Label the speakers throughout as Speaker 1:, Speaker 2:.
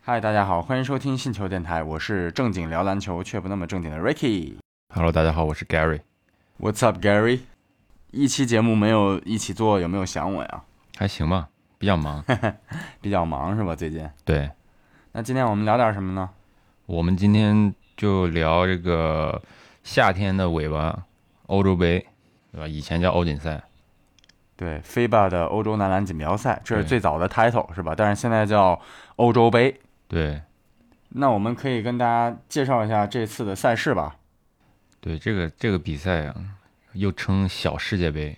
Speaker 1: 嗨，大家好，欢迎收听信球电台，我是正经聊篮球却不那么正经的 Ricky。
Speaker 2: Hello，大家好，我是 Gary，
Speaker 1: What's up, Gary？一期节目没有一起做，有没有想我呀？
Speaker 2: 还行吧，比较 忙。
Speaker 1: 比较忙是吧？最近。
Speaker 2: 对
Speaker 1: 那今天我们聊点什么呢？
Speaker 2: 我们今天就聊这个夏天的尾巴，欧洲杯，对吧？以前叫欧锦赛，
Speaker 1: 对，FIBA 的欧洲男篮锦标赛，这是
Speaker 2: 对
Speaker 1: 最早的 title 是吧？但是现在叫欧洲杯。
Speaker 2: 对
Speaker 1: 那我们可以跟大家介绍一下这次的赛事吧。
Speaker 2: 对，这个这个比赛啊，又称小世界杯，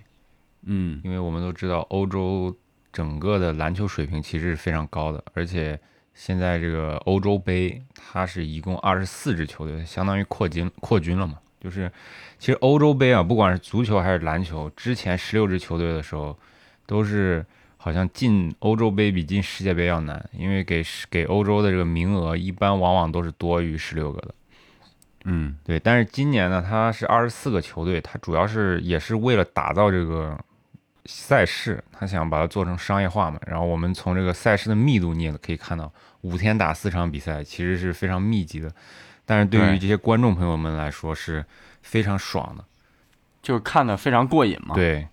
Speaker 1: 嗯，
Speaker 2: 因为我们都知道欧洲整个的篮球水平其实是非常高的，而且现在这个欧洲杯它是一共二十四支球队，相当于扩军扩军了嘛。就是其实欧洲杯啊，不管是足球还是篮球，之前十六支球队的时候，都是好像进欧洲杯比进世界杯要难，因为给世给欧洲的这个名额一般往往都是多于十六个的。
Speaker 1: 嗯，
Speaker 2: 对，但是今年呢，它是二十四个球队，它主要是也是为了打造这个赛事，它想把它做成商业化嘛。然后我们从这个赛事的密度，你也可以看到，五天打四场比赛，其实是非常密集的。但是对
Speaker 1: 对
Speaker 2: 于这些观众朋友们来说是非常爽的。啊
Speaker 1: 就是看的非常过瘾嘛。
Speaker 2: 对，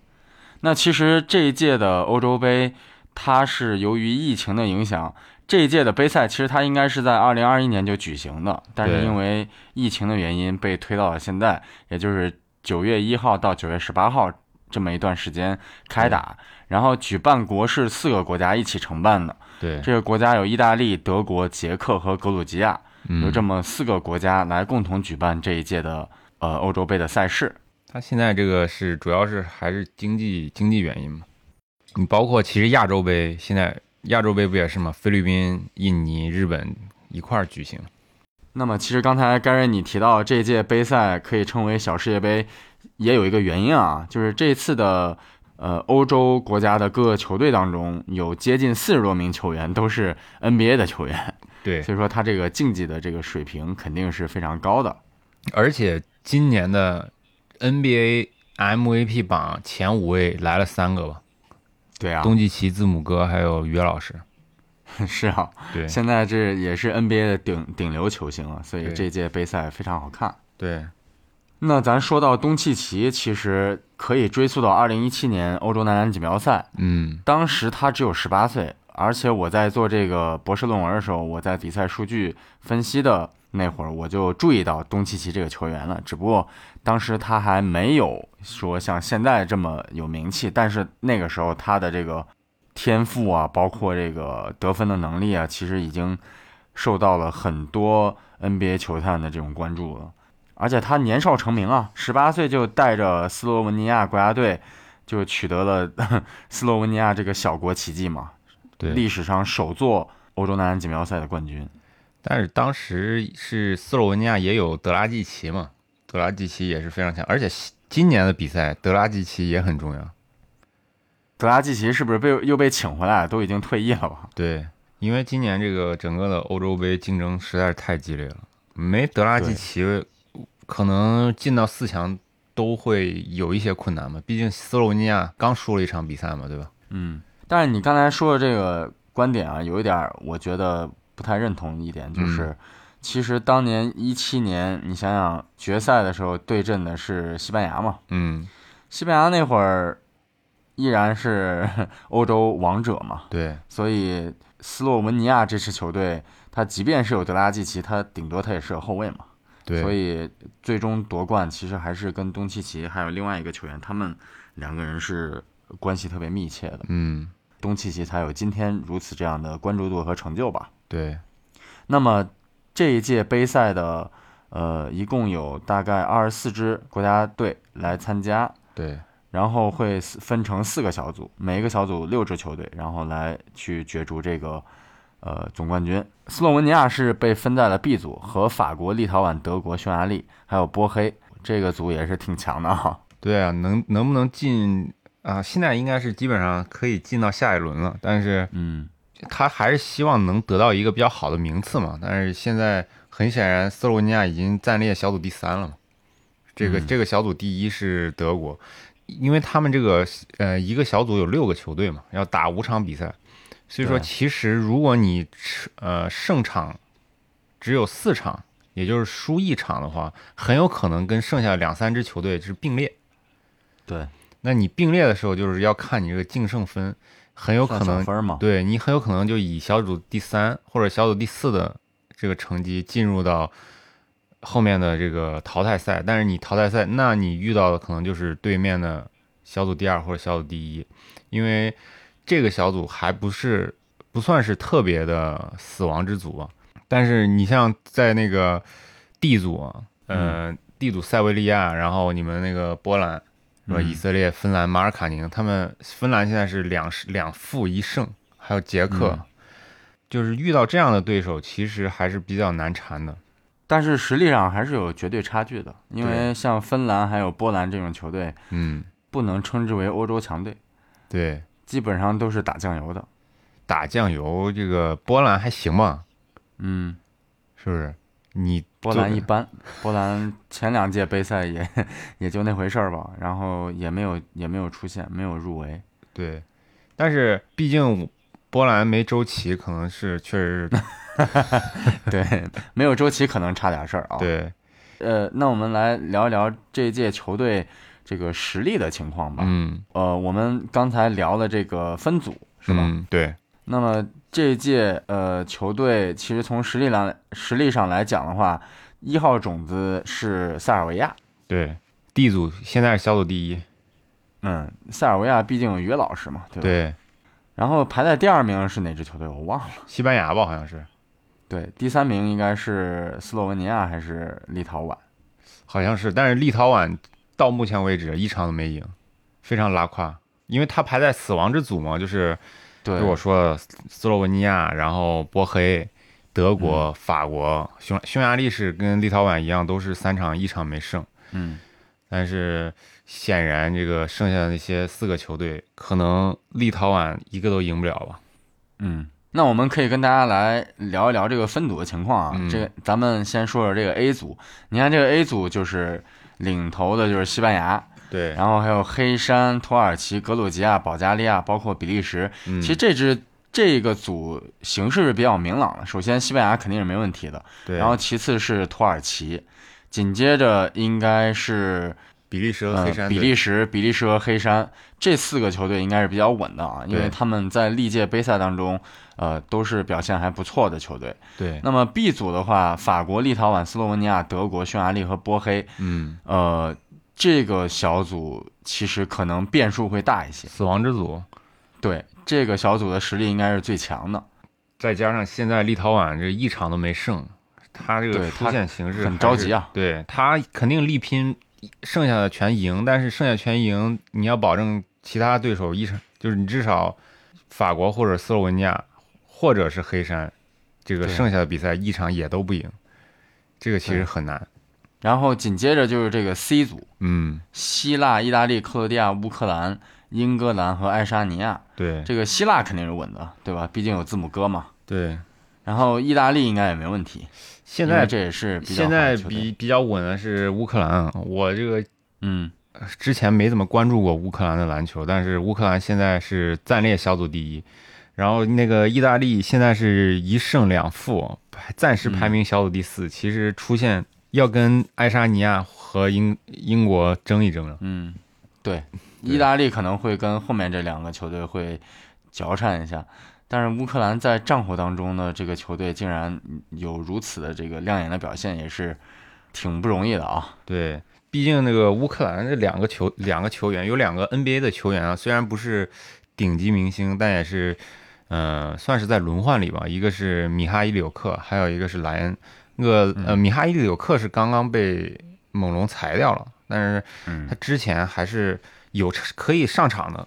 Speaker 1: 那其实这一届的欧洲杯，它是由于疫情的影响，这一届的杯赛其实它应该是在二零二一年就举行的，但是
Speaker 2: 对
Speaker 1: 因为疫情的原因被推到了现在，也就是九月一号到九月十八号这么一段时间开打。然后举办国是四个国家一起承办的，
Speaker 2: 对，
Speaker 1: 这个国家有意大利、德国、捷克和格鲁吉亚，有
Speaker 2: 嗯，
Speaker 1: 这么四个国家来共同举办这一届的呃欧洲杯的赛事。
Speaker 2: 它现在这个是主要是还是经济经济原因嘛。你包括其实亚洲杯现在亚洲杯不也是嘛？菲律宾、印尼、日本一块儿举行。
Speaker 1: 那么，其实刚才 Gary 你提到这届杯赛可以称为小世界杯，也有一个原因啊，就是这次的呃欧洲国家的各个球队当中，有接近四十多名球员都是 NBA 的球员，
Speaker 2: 对，
Speaker 1: 所以说他这个竞技的这个水平肯定是非常高的。
Speaker 2: 而且今年的 NBA MVP 榜前五位来了三个吧，
Speaker 1: 对啊，
Speaker 2: 东契奇、字母哥还有于老师。
Speaker 1: 是啊，
Speaker 2: 对
Speaker 1: 现在这也是 NBA 的顶顶流球星啊，所以
Speaker 2: 对
Speaker 1: 这届杯赛非常好看。
Speaker 2: 对
Speaker 1: 那咱说到东契奇，其实可以追溯到二零一七年欧洲男篮锦标赛，
Speaker 2: 嗯，
Speaker 1: 当时他只有十八岁，而且我在做这个博士论文的时候，我在比赛数据分析的那会儿，我就注意到东契奇这个球员了。只不过当时他还没有说像现在这么有名气，但是那个时候他的这个天赋啊，包括这个得分的能力啊，其实已经受到了很多 NBA 球探的这种关注了。而且他年少成名啊，十八岁就带着斯洛文尼亚国家队就取得了斯洛文尼亚这个小国奇迹嘛，
Speaker 2: 对。
Speaker 1: 历史上首座欧洲男篮锦标赛的冠军。
Speaker 2: 但是当时是斯洛文尼亚也有德拉季奇嘛，德拉季奇也是非常强，而且今年的比赛德拉季奇也很重要。
Speaker 1: 德拉季奇是不是被又被请回来？都已经退役了吧？
Speaker 2: 对，因为今年这个整个的欧洲杯竞争实在是太激烈了，没德拉季
Speaker 1: 对
Speaker 2: 奇，可能进到四强都会有一些困难嘛。毕竟斯洛文尼亚刚输了一场比赛嘛，对吧？
Speaker 1: 嗯，但是你刚才说的这个观点啊，有一点儿我觉得不太认同的一点，就是、其实当年一七年，你想想决赛的时候对阵的是西班牙嘛，
Speaker 2: 嗯，
Speaker 1: 西班牙那会儿依然是 欧洲王者嘛，
Speaker 2: 对
Speaker 1: 所以斯洛文尼亚这支球队，他即便是有德拉季奇，他顶多他也是个后卫嘛。
Speaker 2: 对，
Speaker 1: 所以最终夺冠其实还是跟东契奇还有另外一个球员，他们两个人是关系特别密切的。
Speaker 2: 嗯，
Speaker 1: 东契奇才有今天如此这样的关注度和成就吧。
Speaker 2: 对，
Speaker 1: 那么这一届杯赛的，呃，一共有大概二十四支国家队来参加，
Speaker 2: 对，
Speaker 1: 然后会四分成四个小组，每一个小组六支球队，然后来去角逐这个呃总冠军。斯洛文尼亚是被分在了 B 组，和法国、立陶宛、德国、匈牙利还有波黑这个组也是挺强的哈、
Speaker 2: 对啊，能能不能进啊？现在应该是基本上可以进到下一轮了，但是
Speaker 1: 嗯，
Speaker 2: 他还是希望能得到一个比较好的名次嘛。但是现在很显然，斯洛文尼亚已经暂列小组第三了嘛。这个、
Speaker 1: 嗯
Speaker 2: 这个小组第一是德国，因为他们这个呃一个小组有六个球队嘛，要打五场比赛，所以说，
Speaker 1: 对
Speaker 2: 其实如果你呃胜场只有四场，也就是输一场的话，很有可能跟剩下两三支球队是并列。
Speaker 1: 对，
Speaker 2: 那你并列的时候，就是要看你这个净胜分，很有可
Speaker 1: 算小
Speaker 2: 能
Speaker 1: 分儿嘛，
Speaker 2: 对你很有可能就以小组第三或者小组第四的这个成绩进入到后面的这个淘汰赛，但是你淘汰赛，那你遇到的可能就是对面的小组第二或者小组第一，因为这个小组还不是不算是特别的死亡之组啊。但是你像在那个 D 组啊，呃、d
Speaker 1: 嗯
Speaker 2: 组塞维利亚，然后你们那个波兰是吧？
Speaker 1: 嗯
Speaker 2: 以色列、芬兰、马尔卡宁，他们芬兰现在是两胜两负一胜，还有捷克，
Speaker 1: 嗯
Speaker 2: 就是遇到这样的对手，其实还是比较难缠的。
Speaker 1: 但是实力上还是有绝对差距的，因为
Speaker 2: 对
Speaker 1: 像芬兰还有波兰这种球队，
Speaker 2: 嗯，
Speaker 1: 不能称之为欧洲强队，
Speaker 2: 对，
Speaker 1: 基本上都是打酱油的。
Speaker 2: 打酱油这个波兰还行吧，
Speaker 1: 嗯，
Speaker 2: 是不是？你
Speaker 1: 波
Speaker 2: 作
Speaker 1: 兰
Speaker 2: 为
Speaker 1: 一般，波兰前两届杯赛也也就那回事儿吧，然后也没有也没有出现，没有入 围。
Speaker 2: 对，但是毕竟波兰没周琦，可能是确实是
Speaker 1: 对，没有周琦可能差点事儿啊。，
Speaker 2: 对，
Speaker 1: 呃，那我们来聊一聊这一届球队这个实力的情况吧。
Speaker 2: 嗯，
Speaker 1: 呃，我们刚才聊了这个分组是吧？
Speaker 2: 嗯，对，
Speaker 1: 那么这一届呃球队其实从实力来实力上来讲的话，一号种子是塞尔维亚。
Speaker 2: 对，D 组现在是小组第一，
Speaker 1: 嗯，塞尔维亚毕竟有约老师嘛，对吧？
Speaker 2: 对，
Speaker 1: 然后排在第二名是哪支球队？我忘了。
Speaker 2: 西班牙吧，好像是，
Speaker 1: 对，第三名应该是斯洛文尼亚还是立陶宛？
Speaker 2: 好像是，但是立陶宛到目前为止一场都没赢，非常拉胯，因为他排在死亡之组嘛，就是
Speaker 1: 对，
Speaker 2: 就我说的斯斯洛文尼亚，然后波黑、德
Speaker 1: 嗯
Speaker 2: 国、法国、匈匈牙利是跟立陶宛一样，都是三场一场没胜，
Speaker 1: 嗯，
Speaker 2: 但是显然这个剩下的那些四个球队，可能立陶宛一个都赢不了吧。
Speaker 1: 嗯，那我们可以跟大家来聊一聊这个分组的情况啊。
Speaker 2: 嗯
Speaker 1: 这个咱们先说说这个 A 组，你看这个 A 组就是领头的就是西班牙，
Speaker 2: 对，
Speaker 1: 然后还有黑山、土耳其、格鲁吉亚、保加利亚，包括比利时。
Speaker 2: 嗯
Speaker 1: 其实这支这个组形势是比较明朗的，首先西班牙肯定是没问题的，
Speaker 2: 对，
Speaker 1: 然后其次是土耳其。紧接着应该是
Speaker 2: 比利时和
Speaker 1: 呃
Speaker 2: 黑山队、
Speaker 1: 比利时、比利时和黑山这四个球队应该是比较稳的啊，因为
Speaker 2: 对
Speaker 1: 他们在历届杯赛当中，呃，都是表现还不错的球队。
Speaker 2: 对，
Speaker 1: 那么 B 组的话，法国、立陶宛、斯洛文尼亚、德国、匈牙利和波黑，
Speaker 2: 嗯，
Speaker 1: 呃，这个小组其实可能变数会大一些。
Speaker 2: 死亡之组，
Speaker 1: 对，这个小组的实力应该是最强的，
Speaker 2: 再加上现在立陶宛这一场都没胜，他这
Speaker 1: 对
Speaker 2: 个
Speaker 1: 他
Speaker 2: 出线形势
Speaker 1: 很
Speaker 2: 还
Speaker 1: 着
Speaker 2: 是
Speaker 1: 急啊。
Speaker 2: 对他肯定力拼剩下的全赢，但是剩下全赢，你要保证其他对手一场就是你至少法国或者斯洛文尼亚或者是黑山，这个
Speaker 1: 对
Speaker 2: 剩下的比赛一场也都不赢，这个其
Speaker 1: 对
Speaker 2: 实很难。
Speaker 1: 然后紧接着就是这个 C 组，
Speaker 2: 嗯，
Speaker 1: 希腊、意大利、克罗地亚、乌克兰、英格兰和爱沙尼亚。
Speaker 2: 对
Speaker 1: 这个希腊肯定是稳的，对吧？毕竟有字母哥嘛。
Speaker 2: 对，
Speaker 1: 然后意大利应该也没问题，
Speaker 2: 现
Speaker 1: 因
Speaker 2: 在
Speaker 1: 为这也是比较
Speaker 2: 现
Speaker 1: 好的
Speaker 2: 在
Speaker 1: 球队
Speaker 2: 比比较稳的是乌克兰，啊我这个
Speaker 1: 嗯
Speaker 2: 之前没怎么关注过乌克兰的篮球，但是乌克兰现在是暂列小组第一，然后那个意大利现在是一胜两负，排暂时排名小组第四。其实出现要跟爱沙尼亚和英英国争一争了。
Speaker 1: 嗯，对，意大利可能会跟后面这两个球队会交缠一下，但是乌克兰在战火当中呢，这个球队竟然有如此的这个亮眼的表现，也是挺不容易的啊。
Speaker 2: 对，毕竟那个乌克兰这两个球两个球员有两个 NBA 的球员啊，虽然不是顶级明星，但也是呃算是在轮换里吧。一个是米哈伊柳克，还有一个是莱恩。那个呃，米哈伊柳克是刚刚被猛龙裁掉了，但是
Speaker 1: 嗯
Speaker 2: 他之前还是有可以上场的。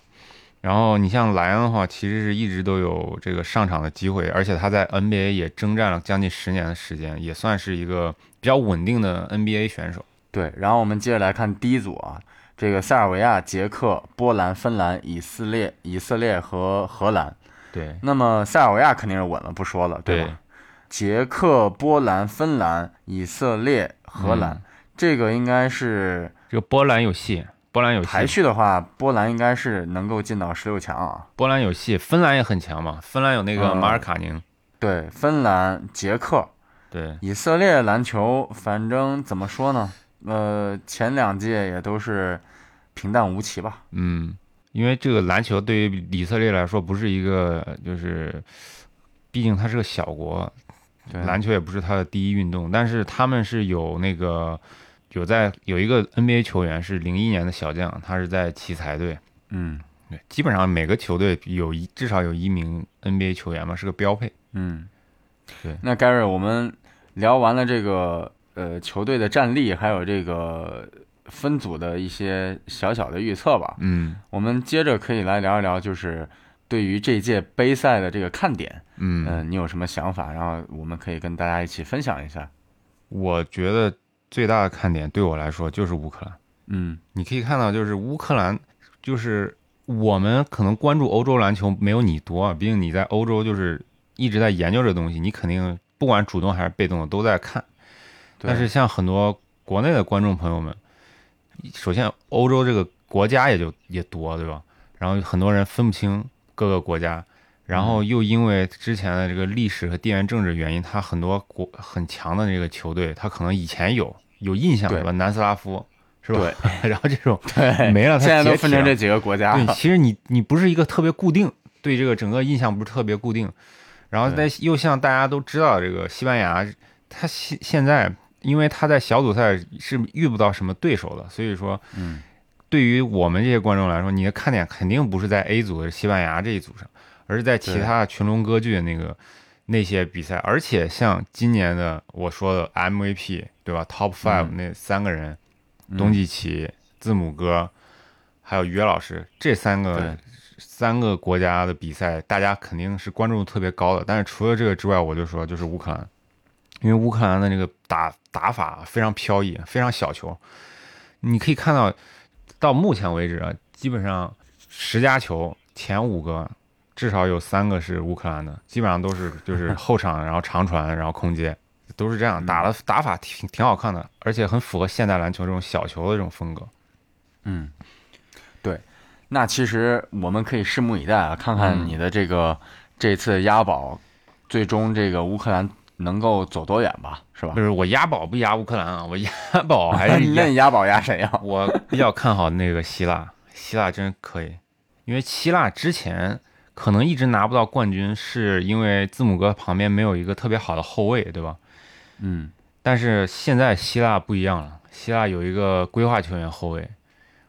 Speaker 2: 然后你像莱恩的话，其实是一直都有这个上场的机会，而且他在 NBA 也征战了将近十年的时间，也算是一个比较稳定的 NBA 选手。
Speaker 1: 对，然后我们接着来看第一组啊，这个塞尔维亚、捷克、波兰、芬兰、以色列、以色列和荷兰。
Speaker 2: 对
Speaker 1: 那么塞尔维亚肯定是稳了，不说了，对吧？
Speaker 2: 对
Speaker 1: 捷克、波兰、芬兰、以色列、荷兰，
Speaker 2: 嗯
Speaker 1: 这个应该是
Speaker 2: 这个波兰有戏，波兰有
Speaker 1: 排
Speaker 2: 戏，
Speaker 1: 序的话，波兰应该是能够进到十六强啊。
Speaker 2: 波兰有戏，芬兰也很强嘛，芬兰有那个
Speaker 1: 嗯
Speaker 2: 马尔卡宁，
Speaker 1: 对，芬兰、捷克、
Speaker 2: 对，
Speaker 1: 以色列篮球，反正怎么说呢？呃，前两届也都是平淡无奇吧。
Speaker 2: 嗯，因为这个篮球对于以色列来说不是一个，就是，毕竟它是个小国，
Speaker 1: 对，
Speaker 2: 篮球也不是它的第一运动，但是他们是有那个有在有一个 NBA 球员是零一年的小将，他是在奇才队，
Speaker 1: 嗯
Speaker 2: 对，基本上每个球队有一至少有一名 NBA 球员嘛，是个标配。
Speaker 1: 嗯，
Speaker 2: 对
Speaker 1: 那 Gary，我们聊完了这个呃球队的战力，还有这个分组的一些小小的预测吧。
Speaker 2: 嗯
Speaker 1: 我们接着可以来聊一聊，就是对于这届杯赛的这个看点，
Speaker 2: 嗯
Speaker 1: 嗯、你有什么想法？然后我们可以跟大家一起分享一下。
Speaker 2: 我觉得最大的看点对我来说就是乌克兰。
Speaker 1: 嗯
Speaker 2: 你可以看到，就是乌克兰，就是我们可能关注欧洲篮球没有你多啊，毕竟你在欧洲就是一直在研究这东西，你肯定不管主动还是被动的都在看。
Speaker 1: 对
Speaker 2: 但是像很多国内的观众朋友们，首先欧洲这个国家也就也多，对吧？然后很多人分不清各个国家，然
Speaker 1: 嗯
Speaker 2: 后又因为之前的这个历史和地缘政治原因，他很多国很强的这个球队，他可能以前有有印象，
Speaker 1: 对
Speaker 2: 对吧？南斯拉夫是吧？ 然后这种
Speaker 1: 对，
Speaker 2: 没了，它
Speaker 1: 现在
Speaker 2: 解
Speaker 1: 都
Speaker 2: 体
Speaker 1: 分成
Speaker 2: 了
Speaker 1: 这几个国家
Speaker 2: 啊对，
Speaker 1: 了。
Speaker 2: 其实你你不是一个特别固定，对这个整个印象不是特别固定，然后再又像大家都知道这个西班牙，他现现在因为他在小组赛是遇不到什么对手的，所以说
Speaker 1: 嗯，
Speaker 2: 对于我们这些观众来说，你的看点肯定不是在 A 组的西班牙这一组上，而是在其
Speaker 1: 对
Speaker 2: 他的群龙割据的那个那些比赛，而且像今年的我说的 MVP 对吧，Top Five
Speaker 1: 嗯
Speaker 2: 那三个人，
Speaker 1: 嗯
Speaker 2: 东契奇、字母哥，还有约老师这三个
Speaker 1: 对
Speaker 2: 三个国家的比赛，大家肯定是关注度特别高的。但是除了这个之外，我就说就是乌克兰，因为乌克兰的这个打打法非常飘逸，非常小球。你可以看到，到目前为止啊，基本上十佳球前五个至少有三个是乌克兰的，基本上都是就是后场，然后长传，然后空接，都是这样打的打法挺挺好看的，而且很符合现代篮球这种小球的这种风格。
Speaker 1: 嗯，对，那其实我们可以拭目以待啊，看看
Speaker 2: 嗯
Speaker 1: 你的这个、这次押宝，最终这个乌克兰能够走多远吧，是吧
Speaker 2: 不？是我押宝不押乌克兰啊，我押 宝还 是
Speaker 1: 那
Speaker 2: 押
Speaker 1: 你押宝押谁呀？
Speaker 2: 我比较看好那个希腊，希腊真可以，因为希腊之前可能一直拿不到冠军，是因为字母哥旁边没有一个特别好的后卫，对吧？
Speaker 1: 嗯，
Speaker 2: 但是现在希腊不一样了，希腊有一个规划球员后卫，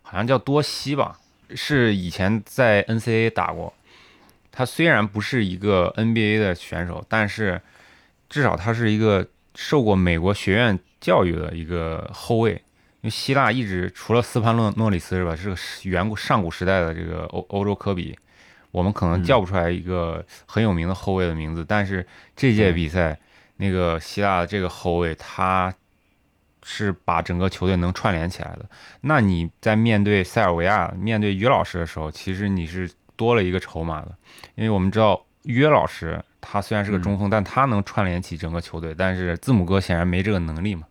Speaker 2: 好像叫多西吧，是以前在 NCAA 打过。他虽然不是一个 NBA 的选手，但是至少他是一个受过美国学院教育的一个后卫。因为希腊一直除了斯潘诺诺里斯是吧，是个远古上古时代的这个欧欧洲科比，我们可能
Speaker 1: 嗯
Speaker 2: 叫不出来一个很有名的后卫的名字，但是这届
Speaker 1: 对
Speaker 2: 比赛。那个希腊的这个后卫，他是把整个球队能串联起来的。那你在面对塞尔维亚、面对约老师的时候，其实你是多了一个筹码的，因为我们知道约老师他虽然是个中锋，但他能串联起整个球队，但是字母哥显然没这个能力嘛。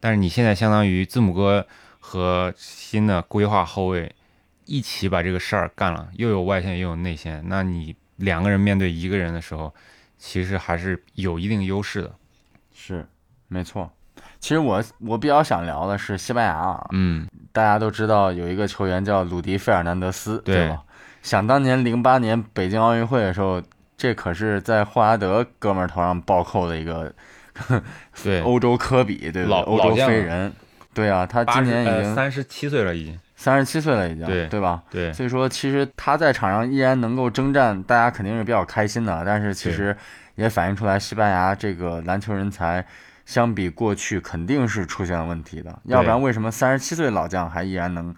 Speaker 2: 但是你现在相当于字母哥和新的规划后卫一起把这个事儿干了，又有外线又有内线，那你两个人面对一个人的时候，其实还是有一定优势的。
Speaker 1: 是，没错。其实我我比较想聊的是西班牙啊，
Speaker 2: 嗯，
Speaker 1: 大家都知道有一个球员叫鲁迪·费尔南德斯，
Speaker 2: 对
Speaker 1: 吧？想当年零八年北京奥运会的时候，这可是在霍华德哥们儿头上暴扣的一个
Speaker 2: 对，
Speaker 1: 欧洲科比，对不对？
Speaker 2: 老
Speaker 1: 欧洲
Speaker 2: 老将
Speaker 1: 飞
Speaker 2: 了
Speaker 1: 人，对啊，他今年已经
Speaker 2: 三十七岁了，已经。
Speaker 1: 三十七岁了，已经，
Speaker 2: 对
Speaker 1: 吧？
Speaker 2: 对，
Speaker 1: 所以说，其实他在场上依然能够征战，大家肯定是比较开心的。但是其实也反映出来，西班牙这个篮球人才相比过去肯定是出现了问题的，要不然为什么三十七岁老将还依然能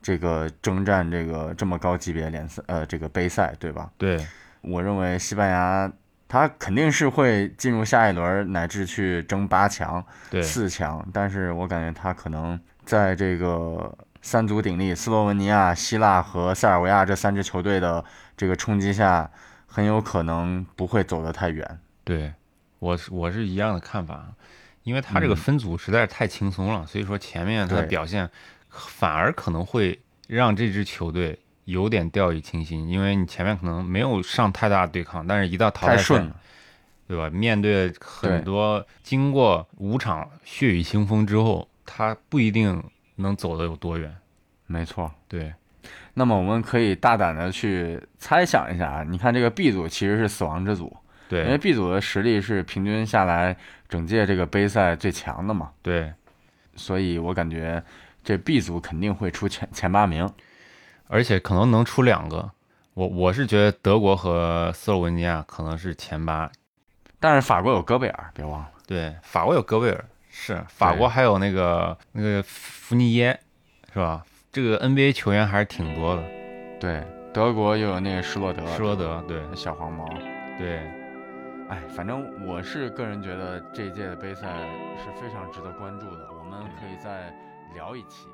Speaker 1: 这个征战这个这么高级别联赛呃这个杯赛，对吧？
Speaker 2: 对，
Speaker 1: 我认为西班牙他肯定是会进入下一轮，乃至去争八强。
Speaker 2: 对，
Speaker 1: 四强，但是我感觉他可能在这个三足鼎立，斯洛文尼亚、希腊和塞尔维亚这三支球队的这个冲击下，很有可能不会走得太远。
Speaker 2: 对，我是我是一样的看法，因为他这个
Speaker 1: 嗯
Speaker 2: 分组实在是太轻松了，所以说前面他的
Speaker 1: 对
Speaker 2: 表现反而可能会让这支球队有点掉以轻心，因为你前面可能没有上太大的对抗，但是一到淘汰
Speaker 1: 太
Speaker 2: 赛
Speaker 1: 顺了，
Speaker 2: 对吧？面对
Speaker 1: 对
Speaker 2: 很多经过五场血雨腥风之后，他不一定能走得有多远。
Speaker 1: 没错。
Speaker 2: 对，
Speaker 1: 那么我们可以大胆的去猜想一下啊，你看这个 B 组其实是死亡之组，因为
Speaker 2: 对，
Speaker 1: B 组的实力是平均下来整届这个杯赛最强的嘛，
Speaker 2: 对，
Speaker 1: 所以我感觉这 B 组肯定会出前前八名。
Speaker 2: 而且可能能出两个。我我是觉得德国和斯洛文尼亚可能是前八，
Speaker 1: 但是法国有戈贝尔，别忘了，
Speaker 2: 对，法国有戈贝尔，是法国还有那个那个福尼耶，是吧？这个 NBA 球员还是挺多的，
Speaker 1: 对，德国又有那个施罗德，
Speaker 2: 施罗德，对
Speaker 1: 小黄毛。
Speaker 2: 对，
Speaker 1: 哎，反正我是个人觉得这一届的杯赛是非常值得关注的，我们可以再聊一期。